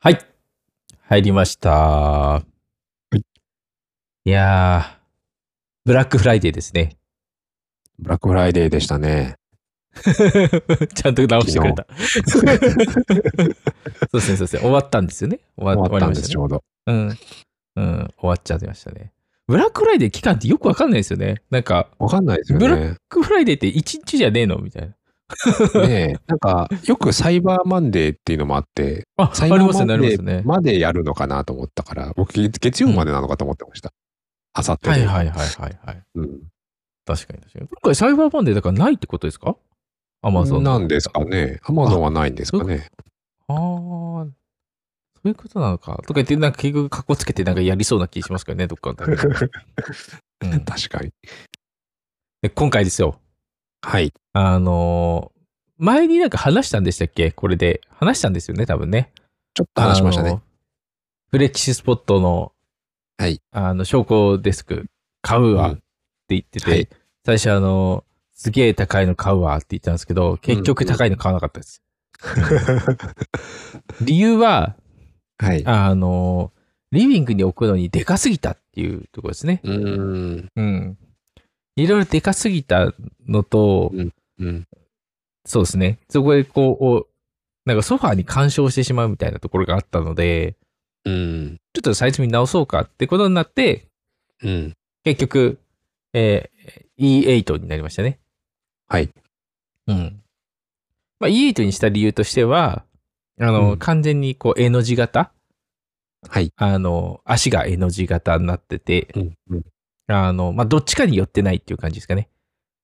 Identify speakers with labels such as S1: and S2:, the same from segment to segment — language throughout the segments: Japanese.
S1: はい。入りました。はい。いや、ブラックフライデーですね。
S2: ブラックフライデーでしたね。
S1: ちゃんと直してくれた。そうですね、そうですね。終わったんですよね。
S2: 終わ終わったんです、
S1: ね、
S2: ちょうど。
S1: うん。うん、終わっちゃってましたね。ブラックフライデー期間ってよくわかんないですよね。なんか、
S2: わかんないですよね。
S1: ブラックフライデーって1日じゃねえのみたいな。
S2: ねえ、なんか、よくサイバーマンデーっていうのもあって、
S1: あ、
S2: サイ
S1: バ
S2: ー
S1: マンデー
S2: までやるのかなと思ったから、僕、月曜までなのかと思ってました。あさって。
S1: はいはいはいはいはい。
S2: うん、
S1: 確かに確かに。今回サイバーマンデーだからないってことですかアマゾン。
S2: なんですかね。アマゾンはないんですかね。、
S1: ああ、そういうことなのか。とか言って、なんか結局、かっこつけてなんかやりそうな気しますけどね、どっかのうん
S2: 確かに。
S1: で、今回ですよ。
S2: はい。
S1: あのー、前になんか話したんでしたっけこれで。話したんですよね、多分ね。
S2: ちょっと話しましたね。
S1: フレキシスポットの、
S2: はい。
S1: あの、証拠デスク、買うわって言ってて、うんはい、最初あのー、すげえ高いの買うわって言ったんですけど、結局高いの買わなかったです。 うん、理由は、
S2: はい。
S1: あのー、リビングに置くのにでかすぎたっていうところですね。
S2: うん。
S1: うん。いろいろでかすぎたのと、
S2: うん、うん、
S1: そうですね。そこでこう、なんかソファーに干渉してしまうみたいなところがあったので、
S2: うん、
S1: ちょっとサイズ見直そうかってことになって、
S2: うん、
S1: 結局、えー、E8 になりましたね。
S2: はい。
S1: うん。まあ、E8 にした理由としては、あの、うん、完全にこう、絵の字型
S2: はい。
S1: あの、足が絵の字型になってて、
S2: うん、うん
S1: あの、まあ、どっちかに寄ってないっていう感じですかね。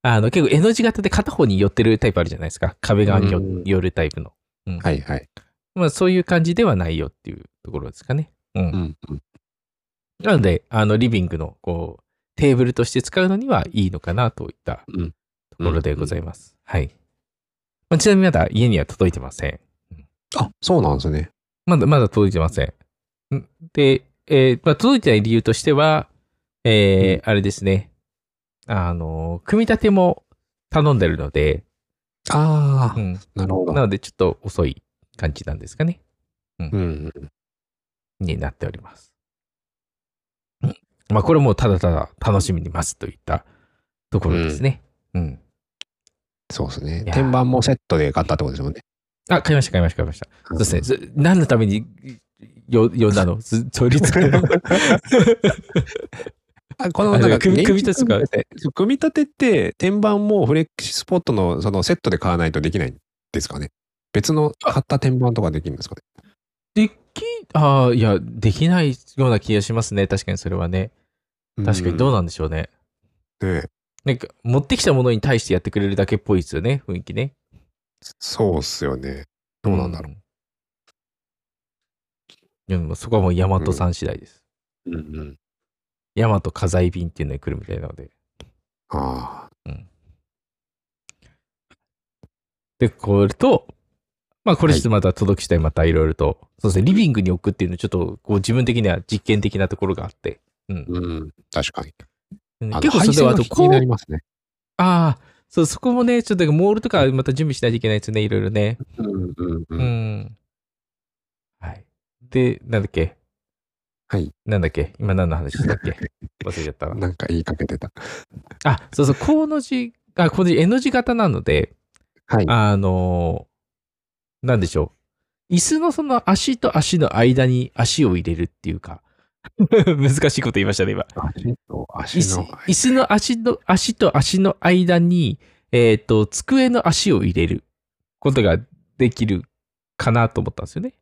S1: あの、結構 N 字型で片方に寄ってるタイプあるじゃないですか。壁側に寄,、寄るタイプの、
S2: うん。はいはい。
S1: まあ、そういう感じではないよっていうところですかね。うん。
S2: うんうん、
S1: なので、あの、リビングの、こう、テーブルとして使うのにはいいのかなといったところでございます。うんうんうん、はい。まあ、ちなみにまだ家には届いてません。
S2: あ、そうなんですね。
S1: まだ、まだ届いてません。で、えー、まあ、届いてない理由としては、えー、うん、あれですね。あの、組み立ても頼んでるので。
S2: あ
S1: あ、うん、
S2: なるほど。
S1: なので、ちょっと遅い感じなんですかね。
S2: うん。うん、
S1: になっております。まあ、これもただただ楽しみに待つといったところですね。うん。
S2: そうですね。天板もセットで買ったってことですもんね。
S1: あ、買いました、買いました、買いました。そうですね。何のためによ呼んだの取り付けの。
S2: このなんか
S1: 組み立てとか。
S2: 組み立てって、天板もフレキシスポットのそのセットで買わないとできないんですかね。別の買った天板とかできるんですかね。
S1: でき、ああ、いや、できないような気がしますね。確かにそれはね。確かにどうなんでしょうね。
S2: うん、ね
S1: なんか、持ってきたものに対してやってくれるだけっぽいですよね、雰囲気ね。
S2: そうっすよね。どうなんだろう。
S1: うん、そこはもう大和さん次第です。
S2: うん、うんうん
S1: ヤマト家財便っていうのに来るみたいなので。
S2: あ
S1: あ。うん。で、これと、まあ、これちょっとまた届き次第またいろいろと、はい、そうですね、リビングに置くっていうのちょっと、こう自分的には実験的なところがあって。うん。
S2: うん、確かに。
S1: うん、結構それは
S2: あと、こう。なりますね。
S1: ああ、そう、そこもね、ちょっとモールとかまた準備しないといけないですね、いろいろね。。
S2: うんうんうん。うん
S1: はい。で、なんだっけ。
S2: はい。
S1: なんだっけ今何の話したっけ忘れちゃったわ。
S2: なんか言いかけてた。
S1: あ、そうそう、この字、あ、この字、絵の字型なので、
S2: はい。
S1: あのー、なんでしょう。椅子のその足と足の間に足を入れるっていうか、 難しいこと言いましたね、今。
S2: 足と足の
S1: 椅子の足の、足と足の間に、えっ、ー、と、机の足を入れることができるかなと思ったんですよね。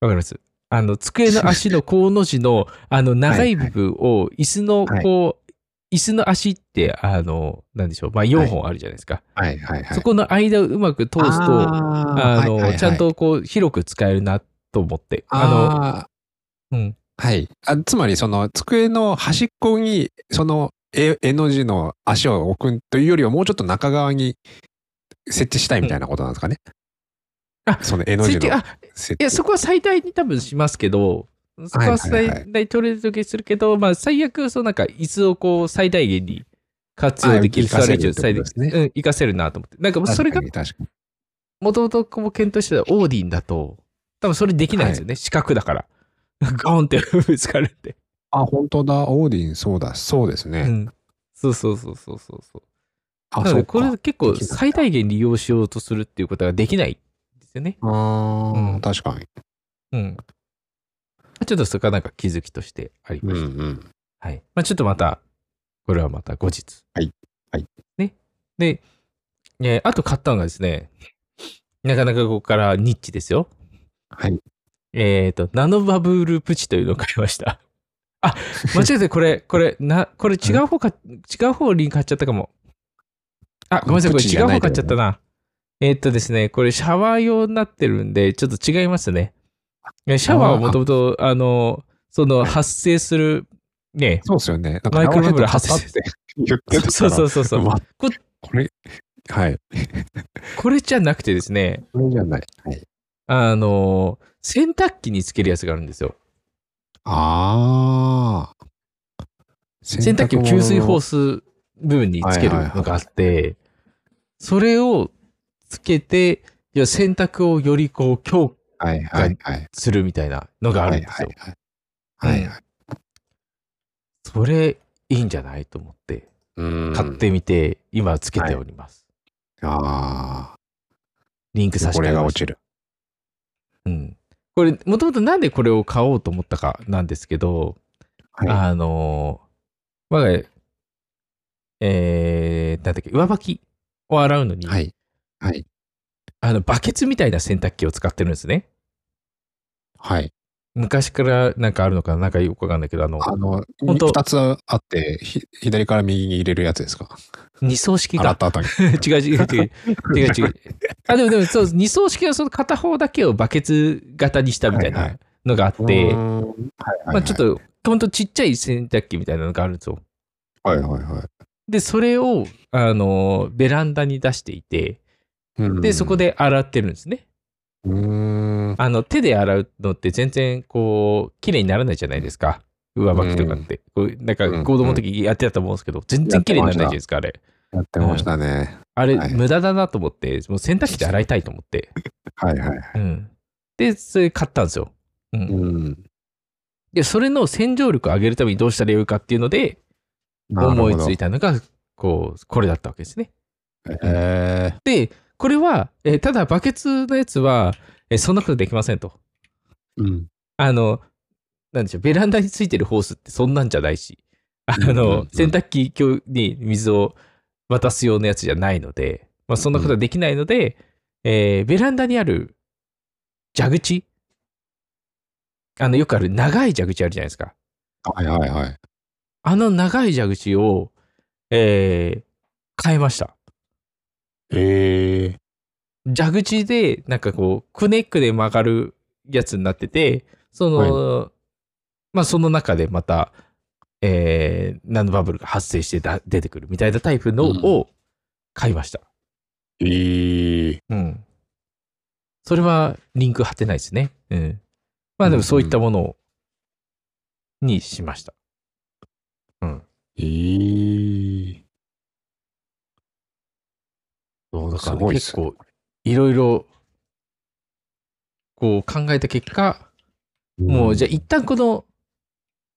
S1: わかりますあの、机の足のこうの字の、あの、長い部分を、椅子の、こう、椅子の足って、あの、なんでしょう、まあ、4本あるじゃないですか。
S2: はい、はい、はい。
S1: そこの間をうまく通すと、あの、ちゃんとこう、広く使えるなと思って。
S2: あ
S1: の、うん。
S2: はい。あつまり、その、机の端っこに、その、絵の字の足を置くというよりは、もうちょっと中側に設置したいみたいなことなんですかね。
S1: あ、
S2: その絵の字の
S1: いや、そこは最大に多分しますけど、そこは最大取れる時するけど、はいはいはい、まあ、最悪、そのなんか、椅子をこう、最大限に活用できる、
S2: 座
S1: れ
S2: る
S1: 最大
S2: 限、
S1: うん、活かせるなと思って。なんか、それが、もともとこう検討してたオーディンだと、多分それできないんですよね。四角だから。ゴンってぶつかるって。
S2: あ、本当だ。オーディン、そうだ。そうですね。
S1: うん。そうそうそうそうそうそう。
S2: あ、
S1: なの
S2: そ
S1: で
S2: う
S1: これ
S2: か。
S1: 結構
S2: できないんだ
S1: 最大限利用しようとするっていうことができないんですよね。
S2: あー
S1: うん
S2: 確かに。
S1: うん。ちょっとそこはなんか気づきとしてあり
S2: う
S1: ま
S2: ん
S1: した。
S2: うん。
S1: はい。まあちょっとまた、これはまた後日。
S2: はい。はい。
S1: ね。で、えーあと買ったのがですね、なかなかここからニッチですよ。
S2: はい。
S1: えっ、と、ナノバブルプチというのを買いました。あ、間違えてこれ、これ、な、これ違う方か、違う方に買っちゃったかも。あ、ごめんなさい、こ
S2: プ
S1: れ
S2: チじ
S1: 違
S2: ゃ
S1: う
S2: ない
S1: 方買っちゃったな。えっ、とですね、これシャワー用になってるんで、ちょっと違いますね。えシャワーはもともと、あの、その発生する、ね、
S2: そうですよね。なんか
S1: マイクロバブル
S2: ラケット買ったって言ってたか ら。
S1: そうそうそうそう。
S2: ま
S1: こ
S2: これ、はい。
S1: これじゃなくてですね、
S2: これじゃない。はい、
S1: あの、洗濯機につけるやつがあるんですよ。
S2: ああ。
S1: 洗濯機を給水ホー
S2: ス。
S1: ス部分につけるのがあって、それをつけて、いや洗濯をよりこう強化
S2: はいはいはい。
S1: するみたいなのがあるんですよ。
S2: はいはいはい。はいはい。
S1: それいいんじゃないと思って、
S2: うん
S1: 買っ。てみて、今つけております。
S2: あ
S1: リンク
S2: あ。
S1: 差し
S2: こ
S1: 上げ
S2: れ
S1: ま
S2: が
S1: し
S2: 落ちる。
S1: うん。これ、もともとなんでこれを買おうと思ったかなんですけど、
S2: はい
S1: あのー我が家、えー、なんだっけ、上履きを洗うのに、
S2: はい。はい。
S1: あの、バケツみたいな洗濯機を使ってるんですね。
S2: はい。
S1: 昔からなんかあるのかななんかよくわかんないけど、あの、
S2: あの、
S1: 本当
S2: 二つあって、ひ左から右に入れるやつですか。
S1: 二層式
S2: 洗
S1: が。
S2: った後に。
S1: 違う 違う違う。違う違 う。あ、でもでも、そう、二層式はその片方だけをバケツ型にしたみたい
S2: はいは
S1: なのがあって、
S2: うーんはいはいはい。
S1: まあちょっと、ほんとちっちゃい洗濯機みたいなのがあるんですよ。
S2: はいはいはい
S1: で、それを、あの、ベランダに出していて、
S2: うん。
S1: で、そこで洗ってるんですね。
S2: うーん。
S1: あの、手で洗うのって全然、こう、綺麗にならないじゃないですか。上履きとかって。こうなんか、
S2: うん
S1: 子供の時やってたと思うんですけど、全然綺麗にならないじゃないですか、あれ。
S2: やってましたね。
S1: あれ、
S2: はい
S1: 無駄だなと思って、もう洗濯機で洗いたいと思って。
S2: はいはい。
S1: うん。で、それ買ったんですよ。うん。
S2: うん。
S1: で、それの洗浄力を上げるためにどうしたらよいかっていうので、思いつい
S2: た。
S1: たのが、こう、これだったわけですね。
S2: へ
S1: で、これは、えーただバケツのやつは、えーそんなことできませんと。
S2: ーうん。
S1: あの、なんでしょう、ベランダについてるホースってそんなんじゃないし、あ
S2: うんうんう
S1: の
S2: ん、
S1: 洗濯機に水を渡す用のやつじゃないので、まあ、そんなことはできないので、えーベランダにある蛇口、あの、よくある長い蛇口あるじゃないですか。
S2: はいはいはい。
S1: あの長い蛇口を、えー変えました。
S2: ええ。
S1: 蛇口で、なんかこう、くねくね曲がるやつになってて、その、まあその中でまた、えー、ナノバブルが発生してだ出てくるみたいなタイプの
S2: うん
S1: を買いました。
S2: ええ。
S1: うん。それはリンク貼ってないですね。うん。まあでもそういったものを、にしました。
S2: ええ。
S1: そうだか
S2: す
S1: ら
S2: ごいっ
S1: 結
S2: す
S1: 構、いろいろ、こう考えた結果、もうじゃあ一旦この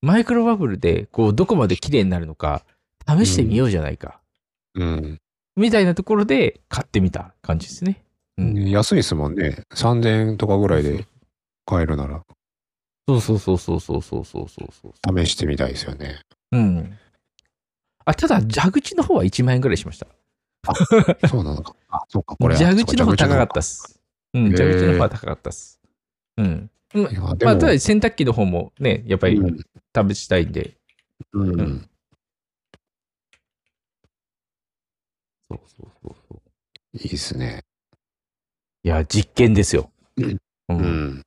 S1: マイクロバブルでこうどこまで綺麗になるのか試してみようじゃないか、
S2: うん。
S1: みたいなところで買ってみた感じですね。うん、
S2: 安いですもんね。3000円とかぐらいで買えるなら
S1: そうそうそうそうそうそうそうそうそう。
S2: 試してみたいですよ ね。
S1: うん。あ、ただ蛇口の方は1万円ぐらいしました。
S2: そうなのか。あ、そうか、これ。
S1: 蛇口の方高かったっ
S2: っ
S1: す。うん、
S2: へー
S1: 蛇口の方は高かったっす。うん。
S2: たいや、で
S1: まあ、
S2: も、
S1: ただ洗濯機の方もね、やっぱり
S2: うん
S1: 試したいんで。
S2: うん
S1: うんそうそうそうそう。
S2: いいですね。
S1: いや、実験ですよ。
S2: うん
S1: う
S2: うんん。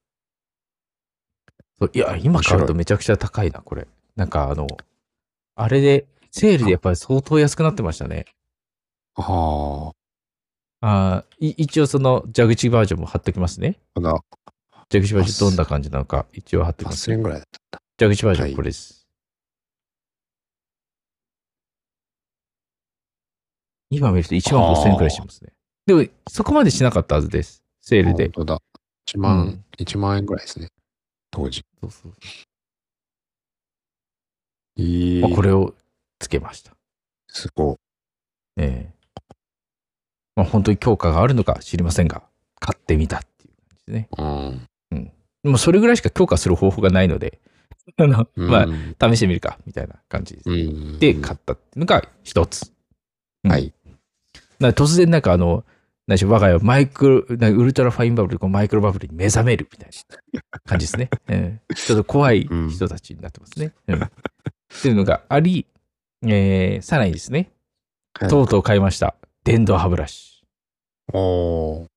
S1: そういや、今買うと
S2: 面白
S1: めちゃくちゃ高いな、これ。なんかあの、あれで、セールでやっぱり相当安くなってましたね。
S2: はあ、
S1: あーい一応その蛇口バージョンも貼っときますね。
S2: ただ、
S1: 蛇口バージョンどんな感じなのか一応貼っときます
S2: 8000。円ぐらいだっ
S1: 蛇口バージョ
S2: は
S1: ン
S2: い
S1: これです。今見ると1万5000円くらいしますね。でも、そこまでしなかったはずです。セー
S2: た。
S1: ルで
S2: 本。当だ。 1万、
S1: うん
S2: 1万円ぐらいですね。当時。
S1: そうそう
S2: いい。
S1: まあ、これをつけました。
S2: すごい。
S1: ええまあ、本当に強化があるのか知りませんが、買ってみたっていう感じですね。
S2: うん。
S1: もうそれぐらいしか強化する方法がないので、 あの、まあ、試してみるか、みたいな感じです。
S2: うん。
S1: で、買ったっていうのが一つ。うん
S2: はい。
S1: な突然なんかあの、何でしょう、我が家はマイクロ、なんかウルトラファインバブル、このマイクロバブルに目覚めるみたいな感じです ね。うんちょっと怖い人たちになってますね。うんっていうのがあり、えー、さらにですね、
S2: はい
S1: とうとう買いました。電動歯ブラシ。
S2: おー。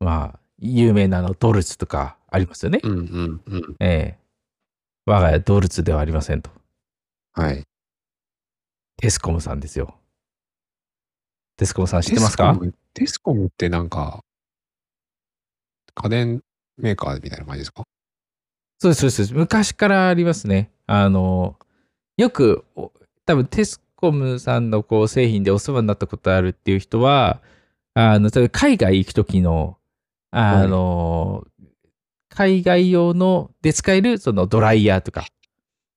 S1: まあ、有名なあのドルツとかありますよね。
S2: うんうんうん。
S1: ええ我が家ドルツではありませんと。
S2: はい。
S1: テスコムさんですよ。テスコムさん知ってますか
S2: テスコムテスコムってなんか、家電メーカーみたいな感じですか
S1: そうです、そうですそうです。昔からありますね。あの、よく、お多分テスコムさんのこう製品でお世話になったことあるっていう人は、あの、例えば海外行くときの、あの、海外用ので使えるそのドライヤーとか、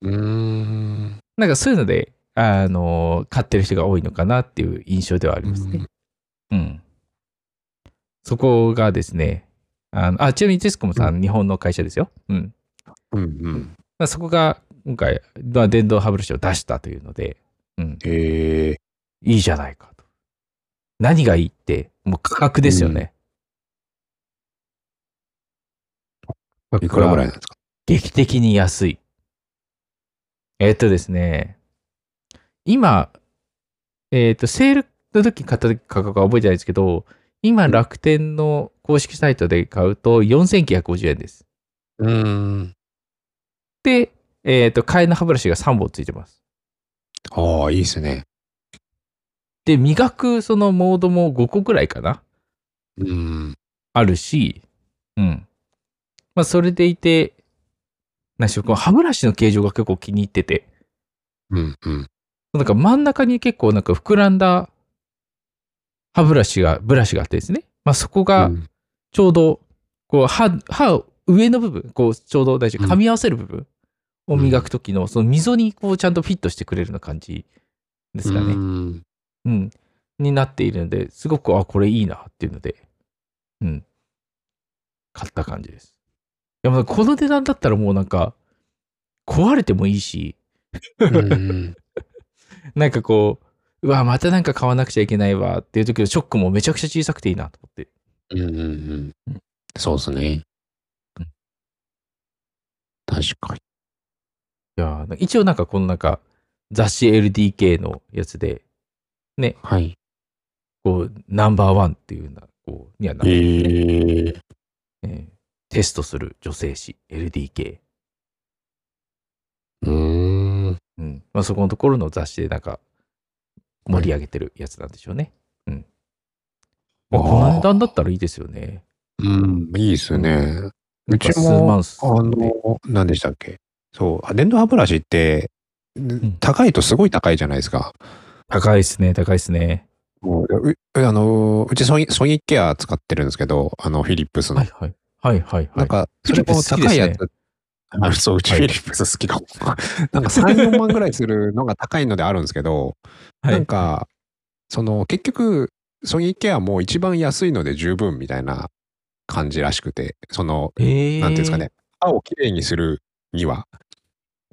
S2: うーん。
S1: なんかそういうので、あの、買ってる人が多いのかなっていう印象ではありますね。うん。そこがですね、あのあちなみにテスコムさん、日本の会社ですよ。うん。
S2: うんうん。
S1: まあ、そこが今回、まあ、電動歯ブラシを出したというので、うん、
S2: へえ。
S1: いいじゃないかと。何がいいって、もう価格ですよね。
S2: いくらぐらいなんですか
S1: 劇的に安い。えっとですね、今、えっと、セールの時に買った時価格は覚えてないですけど、今、楽天の公式サイトで買うと4950円です。
S2: うーん。
S1: で、えっと、替えの歯ブラシが3本ついてます。
S2: ああ、いいですね。
S1: で、磨くそのモードも5個くらいかな。
S2: うん。
S1: あるし、うん。まあ、それでいて、何しろ、この歯ブラシの形状が結構気に入ってて、
S2: うんうん。
S1: なんか真ん中に結構なんか膨らんだ歯ブラシが、ブラシがあってですね。まあ、そこが
S2: うん
S1: ちょうど、こう、歯、歯を上の部分、こう、ちょうど大事、
S2: うん
S1: 噛み合わせる部分を磨くときの、その溝にこう、ちゃんとフィットしてくれるような感じですかね。
S2: うん
S1: うん、になっているので、すごく、あ、これいいなっていうので、うん、買った感じです。いや、まあこの値段だったらもうなんか、壊れてもいいし、
S2: うん
S1: なんかこう、うわ、またなんか買わなくちゃいけないわっていう時のショックもめちゃくちゃ小さくていいなと思って。
S2: うんうんうんそうですね
S1: うん。
S2: 確かに。
S1: いやー、一応なんかこのなんか、雑誌 LDK のやつで、
S2: はい。
S1: こう、ナンバーワンっていうような、こう、にはなってますね、
S2: ええ。
S1: えーテストする女性誌 LDK。
S2: うーん。
S1: うんまあ、そこのところの雑誌でなんか盛り上げてるやつなんでしょうね。うん。まあ、
S2: あー
S1: この値段だったらいいですよね。
S2: うん、いいですね。うち
S1: な
S2: も、
S1: んか数
S2: あ
S1: 万するね
S2: の、何でしたっけそう、あ電動歯ブラシって、
S1: ん
S2: 高いとすごい高いじゃないですか。
S1: 高いですね、高いですね。
S2: もううあのうちソニソニーケア使ってるんですけど、あの、フィリップスの。
S1: はいはい。はいはいは
S2: ないん。か、そ
S1: フィリ
S2: れ
S1: ップ
S2: も
S1: ス好きで
S2: 高
S1: す
S2: い
S1: ね
S2: やつ。あそう、うち
S1: はい
S2: フィリップス好きかも。なんか3、4万ぐらいするのが高いのであるんですけど、
S1: はい
S2: なんか、その結局、ソニーケアも一番安いので十分みたいな感じらしくて、その、
S1: えー、
S2: なんていうんですかね、歯をきれいにするには、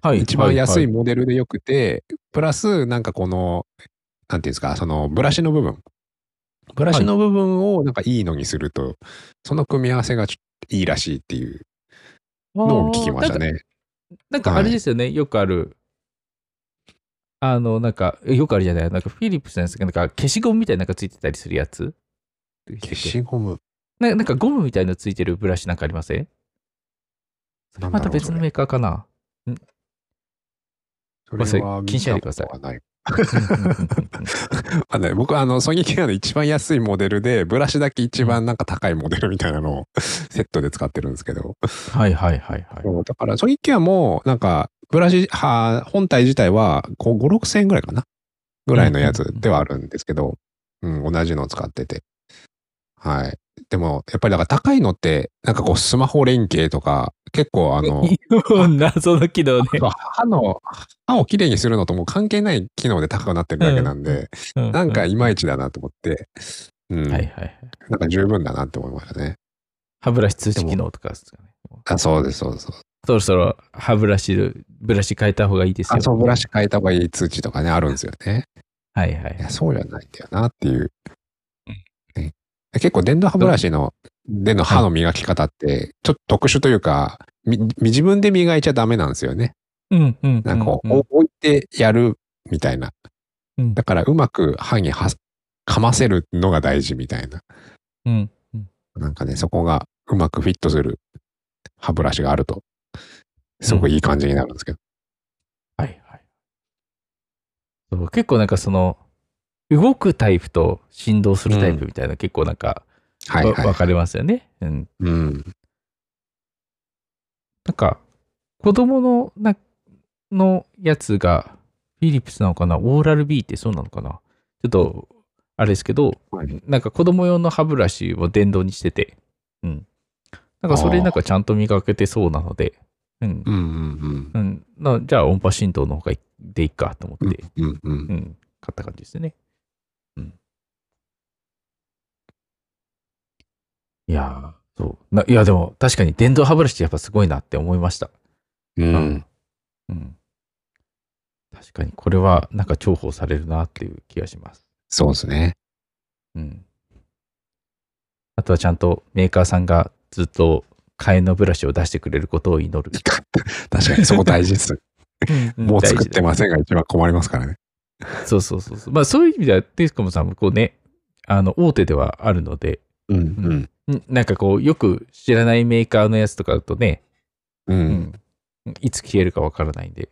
S1: はい、
S2: 一番安い
S1: は
S2: モデルでよくて、プラス、なんかこの、なんていうんですか、そのブラシの部分。ブラシの部分をなんかいいのにすると、その組み合わせがちょっといいらしいっていう
S1: い
S2: のを聞きました
S1: あー
S2: ね。
S1: なんかなんかあれですよね、よくある。あの、なんか、えよくあるじゃない、なんかフィリップスなんですけど、なんか消しゴムみたいなのがついてたりするやつ
S2: 消しゴム。
S1: ななんかゴムみたいのついてるブラシなんかありませんそれ
S2: なんだろ
S1: ま
S2: う
S1: た別のメーカーかな。
S2: そ
S1: れ
S2: れは
S1: 気にしないでください
S2: 見たことはない。
S1: う
S2: あのね僕、あの、ソニーケアの一番安いモデルで、ブラシだけ一番なんか高いモデルみたいなのを セットで使ってるんですけど。
S1: んはいはいはいはい。
S2: そうだから、ソニーケアも、なんか、ブラシ、は本体自体はこう5、6千円ぐらいかなぐらいのやつではあるんですけど、うん、同じのを使ってて。はい。でも、やっぱりだから高いのって、なんかこうスマホ連携とか、結構あ の、
S1: 謎の機能ね。
S2: 歯の、歯をきれいにするのともう関係ない機能で高くなってるだけなんで、なんかいまいちだなと思って、うん、
S1: うん、はいはいはい。
S2: なんか十分だなって思いましたね。
S1: 歯ブラシ通知機能とかですかね。
S2: あ、そうです、そうです。そうです
S1: そろそろ歯ブラシ、ブラシ変えた方がいいですよ。
S2: あ、そう、ブラシ。変えた方がいい通知とかね、あるんですよね。
S1: はいはい
S2: い。や、そうじゃないんだよなっていう。ね結構電動歯ブラシの、での歯の磨き方って、ちょっと特殊というか、み自分で磨いちゃダメなんですよね。
S1: うんうん。
S2: なんかこう、
S1: う
S2: 置いてやるみたいな。
S1: うん
S2: だからうまく歯には噛ませるのが大事みたいな。
S1: うん。
S2: なんかね、そこがうまくフィットする歯ブラシがあると、すごくいい感じになるんですけど。
S1: はいはい。そう結構なんかその、動くタイプと振動するタイプみたいな、結構なんか、
S2: はい
S1: わ
S2: はい。
S1: 分かれますよね。うん。
S2: うん。
S1: なんか、子供のなのやつが、フィリップスなのかなオーラル B ってそうなのかなちょっと、あれですけど、
S2: はい
S1: なんか子供用の歯ブラシを電動にしてて、うん。なんかそれなんかちゃんと磨けてそうなので、うん
S2: う。んうん
S1: うん、なじゃあ音波振動の方がいでいいかと思って、
S2: うん。うんうん
S1: う。ん、買った感じですね。うん。いやー、そう。ないや、でも確かに電動歯ブラシってやっぱすごいなって思いました。
S2: うん。
S1: うん。確かにこれはなんか重宝されるなっていう気がします。
S2: そうですね。
S1: うん。あとはちゃんとメーカーさんがずっと替えのブラシを出してくれることを祈る。
S2: 確かにそこ大事です。 も う作って
S1: ま
S2: ませんが一番困りますからね。
S1: す。そうそうそうそう。まあそういう意味では、テスコムさんもこうね、あの、大手ではあるので、
S2: うん
S1: んなんかこう、よく知らないメーカーのやつとかだとね、
S2: うん。う。
S1: うんんいつ消えるかわからないんで、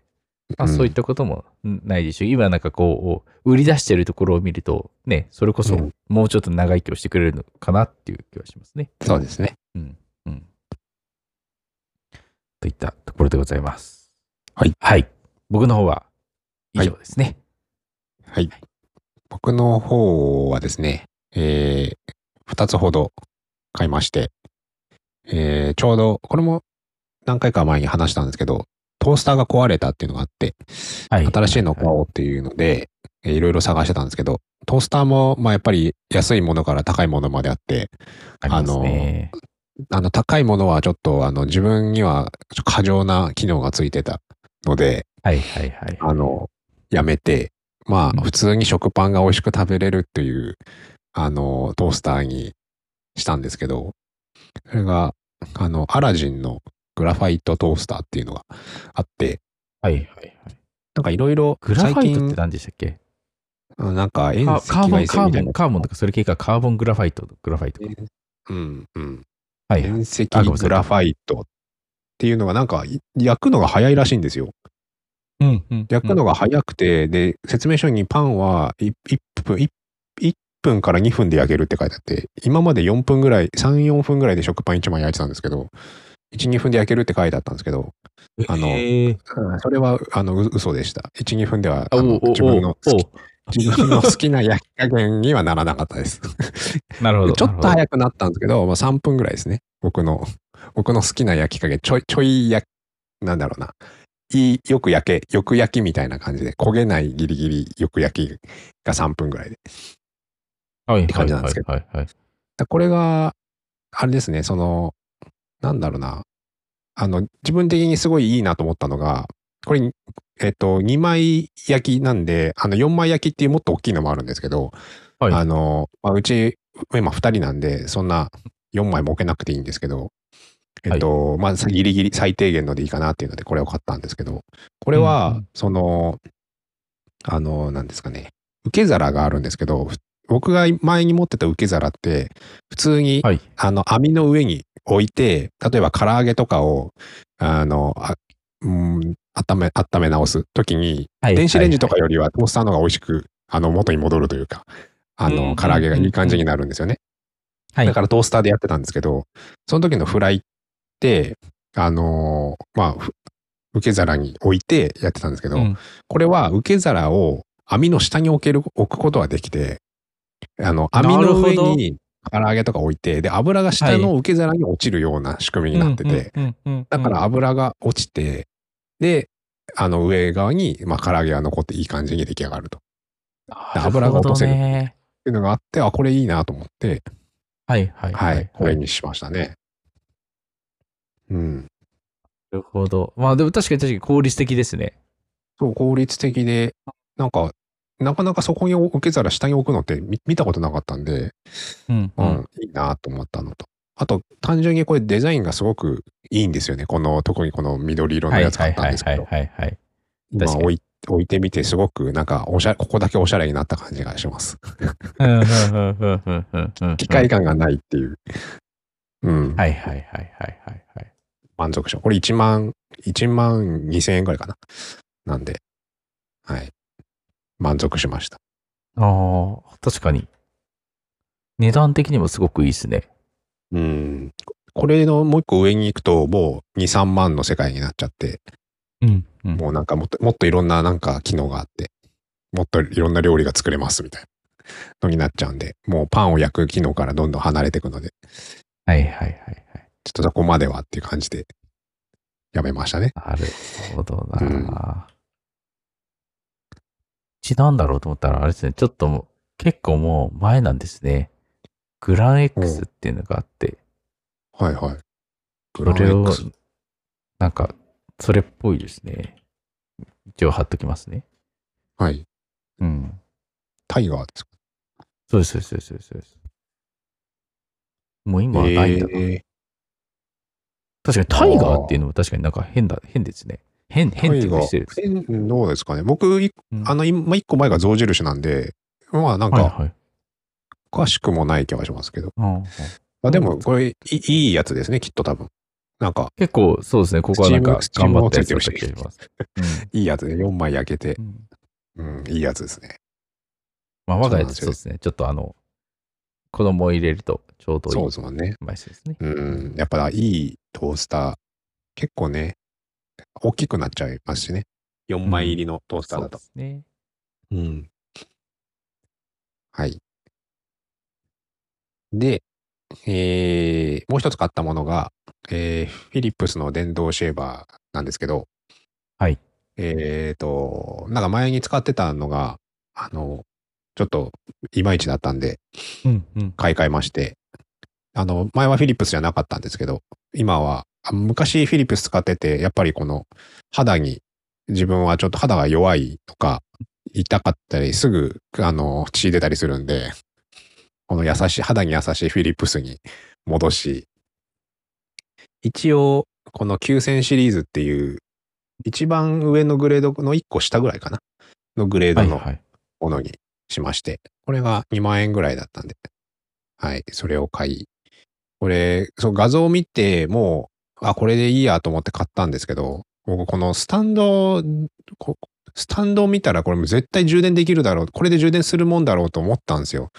S1: まあ、そういったこともんないでしょう。今なんかこう、売り出してるところを見ると、ね、それこそ
S2: うん
S1: もうちょっと長生きをしてくれるのかなっていう気はしますね。
S2: そうですね。
S1: うん。うん。といったところでございます。
S2: はい。
S1: はい。僕の方は以上ですね。
S2: はい。僕の方はですね、えー、2つほど買いまして、えー、ちょうど、これも何回か前に話したんですけど、トースターが壊れたっていうのがあって、
S1: はい。
S2: 新しいの買おうっていうので、えーいろいろ探してたんですけど、トースターも、まあやっぱり安いものから高いものまであって、
S1: ありますね。
S2: あの、高いものはちょっと、あの、自分にはちょっと過剰な機能がついてたので、
S1: はいはいはい。
S2: あの、やめて、ま
S1: うん
S2: あ、普通に食パンが美味しく食べれるっていう、あの、トースターにしたんですけど、それが、あの、アラジンのグラファイトトースターっていうのがあって、
S1: はいはいはい。
S2: なんかいろいろ、
S1: グラフ
S2: 最
S1: ァイトって
S2: 近、
S1: 何でしたっけ
S2: あなんか遠
S1: カ
S2: 赤
S1: カーボ
S2: 外
S1: ン、
S2: 線
S1: カ
S2: み
S1: ー
S2: たい
S1: ボン、
S2: な。
S1: カーボンとか、それ系か、カーボングラファイト、グラファイトか。
S2: うん、うん。
S1: はいはい。
S2: 遠赤
S1: あごめんなさい
S2: グラファイトっていうのがなんか、い焼くのが早いらしいんですよ。
S1: うんうん
S2: 焼くのが早くて、で、説明書にパンは 1, 分、1, 分から2分で焼けるって書いてあって、今まで4分ぐらい、3、4分ぐらいで食パン1枚焼いてたんですけど、1、2分で焼けるって書いてあったんですけど、あの
S1: へー
S2: それは、あの、う嘘でした。1、2分では、あ
S1: あお
S2: の
S1: うおう
S2: 自分の
S1: お
S2: 好
S1: う
S2: き、自分の好きな焼き加減にはならなかったです。
S1: なるほど。
S2: ちょっと
S1: なる
S2: 早くなったんですけど、まあ、3分ぐらいですね。僕の、 僕の好きな焼き加減、ちょい、ちょい焼き、なんだろうな。いい、よく焼け、よく焼きみたいな感じで、焦げないギリギリよく焼きが3分ぐらいで。
S1: ほど。はい
S2: って感じなんですけど
S1: はいはいはい。
S2: だこれが、あれですね、その、なんだろうな。あの、自分的にすごいいいなと思ったのが、これ、えっと、2枚焼きなんで、あの、4枚焼きっていうもっと大きいのもあるんですけど、
S1: はい
S2: あの、まあ、うち、今2人なんで、そんな4枚も置けなくていいんですけど、えっと、まあ、ギリギリ最低限のでいいかなっていうので、これを買ったんですけど、これ
S1: うんう
S2: は
S1: ん、
S2: その、あの、なんですかね、受け皿があるんですけど、ふ僕が前に持ってた受け皿って、普通に、
S1: はい。
S2: あの、網の上に置いて、例えば唐揚げとかを、あの、あうん、温め、温め直すときに、
S1: はい
S2: 電子レンジとか
S1: はい
S2: よりはトースターの方が美味しく、あの、元に戻るというか、あ
S1: うんうんうん
S2: の、唐揚げがいい感じになるんですよね。
S1: はい
S2: だからトースターでやってたんですけど、その時のフライって、あのーまあ、ふ受け皿に置いてやってたんですけど、
S1: うん
S2: これは受け皿を網の下に置ける、置くことはできて、あの、
S1: な
S2: 網
S1: る
S2: の
S1: ほど
S2: 上に唐揚げとか置いて、で、油が下の受け皿に落ちるような仕組みになってて、
S1: うんうんうんうん
S2: だから油が落ちて、で、あの上側に、まあ、唐揚げが残っていい感じに出来上がると。で油が落とせる
S1: な
S2: っ
S1: ほどね
S2: ていうのがあって、あ、これいいなと思って、
S1: はいはい
S2: はい、これ
S1: な
S2: にしましたね。うん。
S1: るほど。まあでも確かに確かに効率的ですね。
S2: そう、効率的で、なんか、なかなかそこに受け皿下に置くのって見見たことなかったんで、
S1: うん
S2: うん、いいなと思ったのと。あと、単純にこれデザインがすごくいいんですよね。この、特にこの緑色の
S1: はい
S2: やつ
S1: は
S2: 買
S1: い
S2: ったん
S1: はい
S2: ですけ
S1: はい
S2: ど、
S1: はいはい。
S2: 今
S1: 確かに
S2: 置い置いてみて、すごくなんかおしゃれ、ここだけおしゃれになった感じがします。
S1: うんうんうんうんうんうんうん
S2: 機械感がないっていう。うん、
S1: はいはいはいはいはいはい。
S2: 満足しよう。これ1万、1万2000円ぐらいかな。なんで、はい。満足しました。
S1: ああ、確かに。値段的にもすごくいいですね。
S2: うん。これのもう一個上に行くと、もう2、3万の世界になっちゃって、
S1: うん、うん。
S2: もうなんかもっともっといろんななんか機能があって、もっといろんな料理が作れますみたいなのになっちゃうんで、もうパンを焼く機能からどんどん離れていくので、
S1: はいはいはいはい。
S2: ちょっとそこまではっていう感じで、やめましたね。
S1: なるほどな。
S2: うん
S1: うちなんだろうと思ったら、あれですね、ちょっともう結構もう前なんですね。グラン X っていうのがあって、
S2: はいはい。グ
S1: それ
S2: ラン
S1: を
S2: X、
S1: なんか、それっぽいですね。一応貼っときますね。
S2: はい。
S1: うん。
S2: タイガーですか
S1: そうです、そうです、そうですそうです。もう今はないんだな。
S2: え
S1: 確かにタイガーっていうのも確かになんか変だ、変ですね。変、
S2: ー
S1: 変っていう
S2: タ
S1: か
S2: イガー
S1: 失礼です。
S2: 変どうですかね。僕、い
S1: うん
S2: あの、今、一個前が象印なんで、まあなん
S1: はい
S2: か、
S1: はい。
S2: おかしくもない気がしますけど。
S1: うんうん
S2: まあでも、
S1: うん
S2: これい、いいやつですね、きっと多分。なんか、
S1: 結構そうですね、ここはなんか
S2: スチー
S1: 頑
S2: ム
S1: 張ったやつだっ
S2: ス
S1: た
S2: チームもつ
S1: 気
S2: いて
S1: が
S2: る
S1: し
S2: し
S1: ます。
S2: いいやつで、4枚焼けて
S1: う、ん
S2: うん、いいやつですね。
S1: まあ、我が家
S2: そうなん
S1: で
S2: です
S1: そ
S2: よ
S1: うですね、ちょっとあの、子供を入れるとちょうど
S2: そう
S1: いい
S2: ですもんね。
S1: 枚数ですね。
S2: うん、やっぱいいトースター、結構ね、大きくなっちゃいますしね。4枚入りのトースター
S1: そ
S2: だ
S1: うで
S2: と。
S1: すね。
S2: うん。はい。で、えーもう一つ買ったものが、えーフィリップスの電動シェーバーなんですけど、
S1: はい。
S2: えっ、と、なんか前に使ってたのが、あの、ちょっといまいちだったんで、
S1: うんうん。
S2: 買い替えまして、あの、前はフィリップスじゃなかったんですけど、今は、あ昔フィリップス使ってて、やっぱりこの肌に、自分はちょっと肌が弱いとか、痛かったり、すぐ、あの、血出たりするんで、この優しい、肌に優しいフィリップスに戻し、一応、この9000シリーズっていう、一番上のグレードの1個下ぐらいかな、のグレード
S1: はい
S2: の
S1: はい。
S2: ものにしまして、これが2万円ぐらいだったんで、はい、それを買い、これ、そう画像を見て、もう、あ、これでいいやと思って買ったんですけど、僕このスタンド、こスタンドを見たらこれもう絶対充電できるだろう、これで充電するもんだろうと思ったんですよ。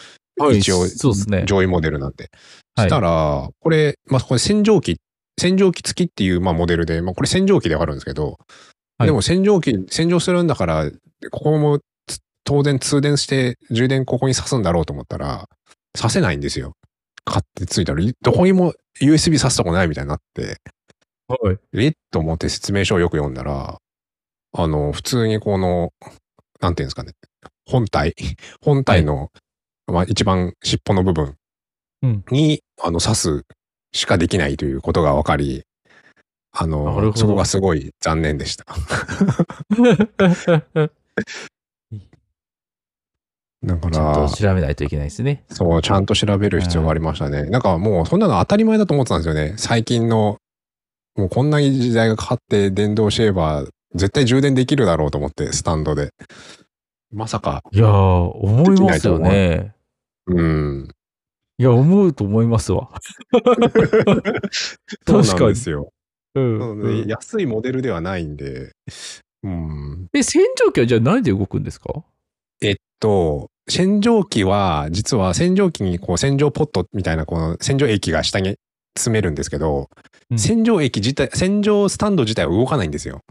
S2: 一応、
S1: そうですね。
S2: 上位モデルなんで。
S1: はい
S2: したら、これ、まあ、これ洗浄機、洗浄機付きっていう、まあ、モデルで、まあ、これ洗浄機ではあるんですけど、
S1: はい
S2: でも洗浄機、洗浄するんだから、ここもつ当然通電して充電ここに挿すんだろうと思ったら、挿せないんですよ。買ってついたら、いどこにも USB 挿すとこないみたいになって、
S1: はい。
S2: えっと思って説明書をよく読んだら、あの、普通にこの、なんていうんですかね、本体、本体の、まあ一番尻尾の部分
S1: うん
S2: に、あの、刺すしかできないということが分かり、あ
S1: なるほ
S2: の、
S1: ど
S2: そこがすごい残念でした。だか
S1: ちょっ
S2: ら
S1: と、調べないといけないですね。
S2: そう、ちゃんと調べる必要がありましたね。なんかもう、そんなの当たり前だと思ってたんですよね。最近の、もうこんなに時代が変わって、電動シェーバー、絶対充電できるだろうと思って、スタンドで。まさか、
S1: いやー、思いますよね。
S2: うん。
S1: いや、思うと思いますわ。
S2: そうなん
S1: 確かに
S2: ですよ。
S1: う
S2: なの
S1: ん
S2: で安いモデルではないんで、うん。
S1: え、洗浄機はじゃあ何で動くんですか
S2: えっと、洗浄機は、実は洗浄機にこう洗浄ポットみたいなこの洗浄液が下に詰めるんですけど、
S1: うん
S2: 洗浄液自体、洗浄スタンド自体は動かないんですよ。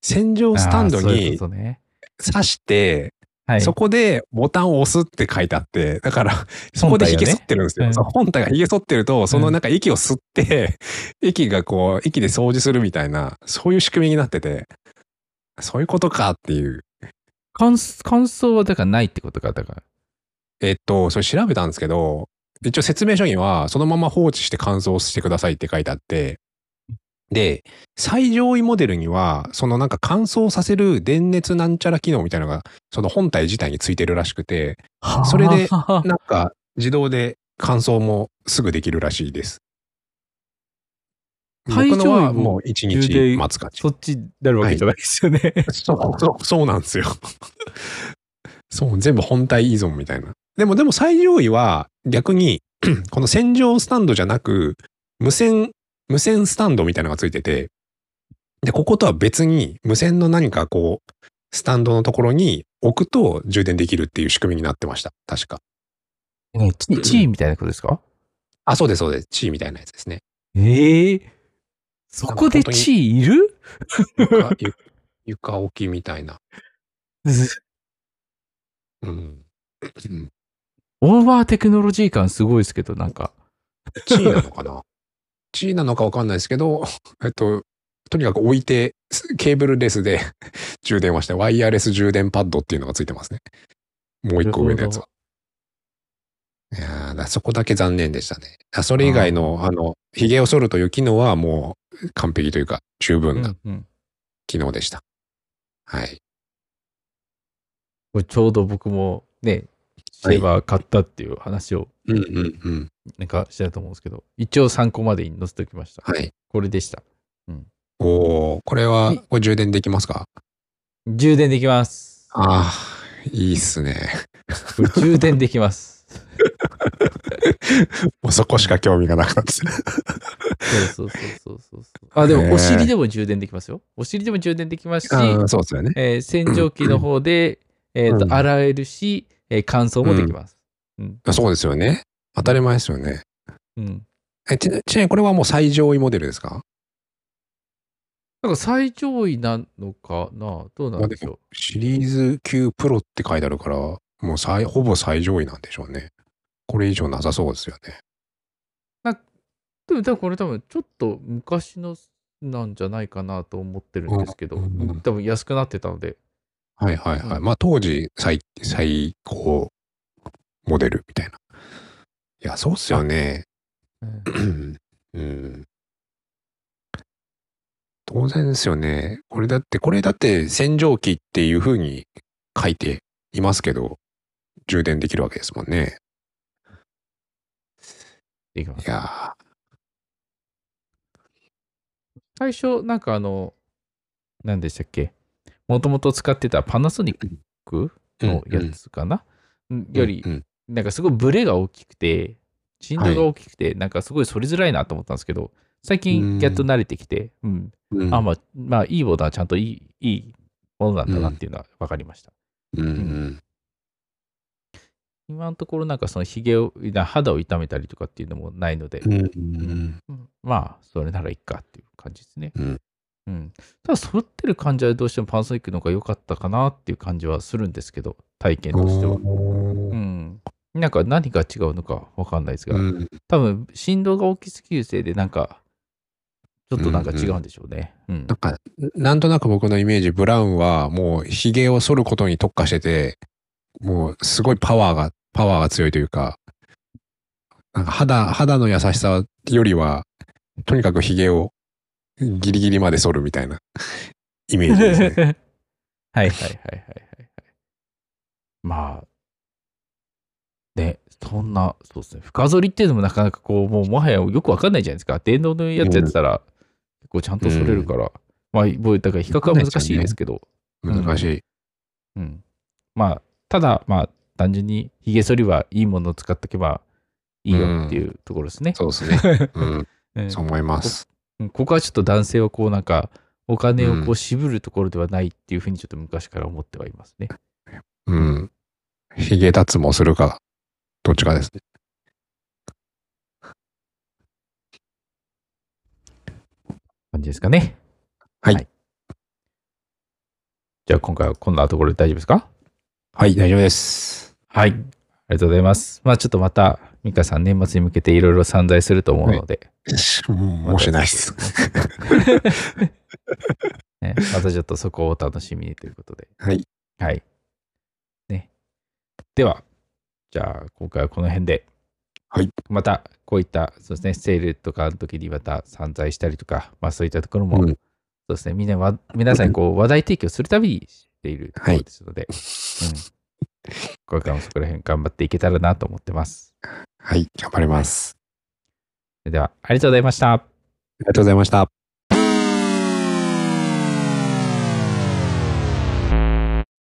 S2: 洗浄スタンド
S1: あーそういう
S2: に
S1: ことね
S2: 刺して、
S1: はい。
S2: そこでボタンを押すって書いてあって、だから、そこで
S1: 本体
S2: 髭
S1: がね
S2: 剃ってるんですよ。
S1: うん
S2: そう本体が髭剃ってると、そのなんか息を吸って、 息がこう、息で掃除するみたいな、そういう仕組みになってて、そういうことかっていう。
S1: 乾燥乾燥はだからないってことか、だから。
S2: えっと、それ調べたんですけど、一応説明書には、そのまま放置して乾燥してくださいって書いてあって、で、最上位モデルには、そのなんか乾燥させる電熱なんちゃら機能みたいなのが、その本体自体についてるらしくて、それでなんか自動で乾燥もすぐできるらしいです。僕
S1: 最上位
S2: のはもう1日待つ感じ。
S1: そっちになるわけじゃないですよね。
S2: そうそう そうなんですよ。そう、全部本体依存みたいな。でもでも最上位は逆に この洗浄スタンドじゃなく無線、無線スタンドみたいなのがついてて、で、こことは別に無線の何かこう、スタンドのところに置くと充電できるっていう仕組みになってました。確か。
S1: ねちちーみたいなことですか
S2: あ、そうです、そうです。地位みたいなやつですね。
S1: ええそこでチーいる
S2: 床 ゆ床置きみたいな。うん。
S1: オーバーテクノロジー感すごいですけど、なんか。
S2: 地位なのかな地位なのかわかんないですけど、 えっと、とにかく置いて、すケーブルレスで 充電はして、ワイヤレス充電パッドっていうのがついてますね。もう一個上のやつは。いやーだからそこだけ残念でしたね。あそれ以外の、あの、髭を剃るという機能はもう完璧というか、十分な
S1: うん
S2: 機能でした。はい。
S1: これちょうど僕もね、シェーバー買ったっていう話を
S2: うんうんうん。
S1: なんかしてたと思うんですけど、一応参考までに載せておきました。
S2: はい。
S1: これでした。
S2: おーこれは、これ充電できますか
S1: 充電できます。
S2: ああ、いいっすね。
S1: これ充電でき ます。
S2: もうそこしか興味がなくなってきた。
S1: そうそうそうそうそうそう。あ、で
S2: へ
S1: も
S2: ー
S1: お尻でも充電できますよ。お尻でも充電できますし、
S2: あーそうですよね。
S1: えー洗浄機の方で、えーと
S2: うん
S1: 洗えるし、えー乾燥もできます。うん。
S2: そうですよね。当たり前ですよね。
S1: うん。
S2: えちなちなみにこれはもう最上位モデルですか
S1: なんか最上位なのかなどうなんでしょ
S2: シリーズ9プロって書いてあるから、もう最ほぼ最上位なんでしょうね。これ以上なさそうですよね。
S1: う。でも多分これ多分ちょっと昔のなんじゃないかなと思ってるんですけど、
S2: うんうんうん
S1: 多分安くなってたので、
S2: はいはいはい。
S1: うん
S2: まあ当時最、最高モデルみたいな。いや、そうっすよね。うんうん当然ですよね。これだって、これだって洗浄機っていう風に書いていますけど、充電できるわけですもんね。
S1: できます
S2: いや
S1: 最初、なんかあの、何でしたっけもともと使ってたパナソニック
S2: ー
S1: のやつかな、んより
S2: う、ん
S1: なんかすごいブレが大きくて、振動が大きくて、なんかすごい反りづらいなと思ったんですけど、最近やっと慣れてきて、うん。
S2: うん
S1: あ、まあ、まあ、いいボードはちゃんといい、いいものなんだなっていうのは分かりました。
S2: うんうん
S1: 今のところなんかそのひげを、な肌を痛めたりとかっていうのもないので、
S2: うんうん
S1: うんまあ、それならいいかっていう感じですね。
S2: うん
S1: うんただ、揃ってる感じはどうしてもパナソニックの方が良かったかなっていう感じはするんですけど、体験としては。
S2: お
S1: う
S2: ー
S1: ん。なんか何が違うのか分かんないですが、
S2: うん
S1: 多分振動が大きすぎるせいで、なんか、ちょっとなんか違うんでしょうね。うん
S2: なんか、なんとなく僕のイメージ、ブラウンはもう髭を剃ることに特化してて、もうすごいパワーが、パワーが強いというか、なんか肌、肌の優しさよりは、とにかく髭をギリギリまで剃るみたいなイメージ ですね。
S1: はいはいはいはいはいはい。まあ、ね、そんな、そうですね、深剃りっていうのもなかなかこう、もうもはやよくわかんないじゃないですか。電動のやつやってたら、結構ちゃんと剃れるから、まあ、もうだから比較は難しいですけど、うん
S2: 難しい。
S1: うん。まあ、ただ、まあ、単純に、ひげ剃りはいいものを使っとけばいいよっていうところですね。
S2: そうですね。 うん、
S1: うん
S2: そう思いま
S1: う
S2: す。
S1: んここはちょっと男性をこう、なんか、お金を
S2: う
S1: こう渋るところではないっていうふうにちょっと昔から思ってはいますね。
S2: うん。髭脱毛するか、どっちかですね。
S1: 感じですかね。
S2: はい
S1: じゃあ今回はこんなところで大丈夫ですか
S2: はい、大丈夫です。
S1: はい。ありがとうございます。まあちょっとまた、ミカさん年末に向けていろいろ散財すると思うので、
S2: もうしないです。
S1: ね、またちょっとそこをお楽しみにということで。
S2: はい。
S1: はい。ね。では、じゃあ今回はこの辺で。
S2: はい。
S1: また、こういった、そうですね、セールとかの時にまた散財したりとか、まあそういったところも、
S2: うん
S1: そうですね、みんなわ、皆さんにこう話題提供するたびにしているところですので、うん。これからもそこら辺頑張っていけたらなと思ってます。
S2: はい、頑張ります。
S1: それでは、ありがとうございました。
S2: ありがとうございました。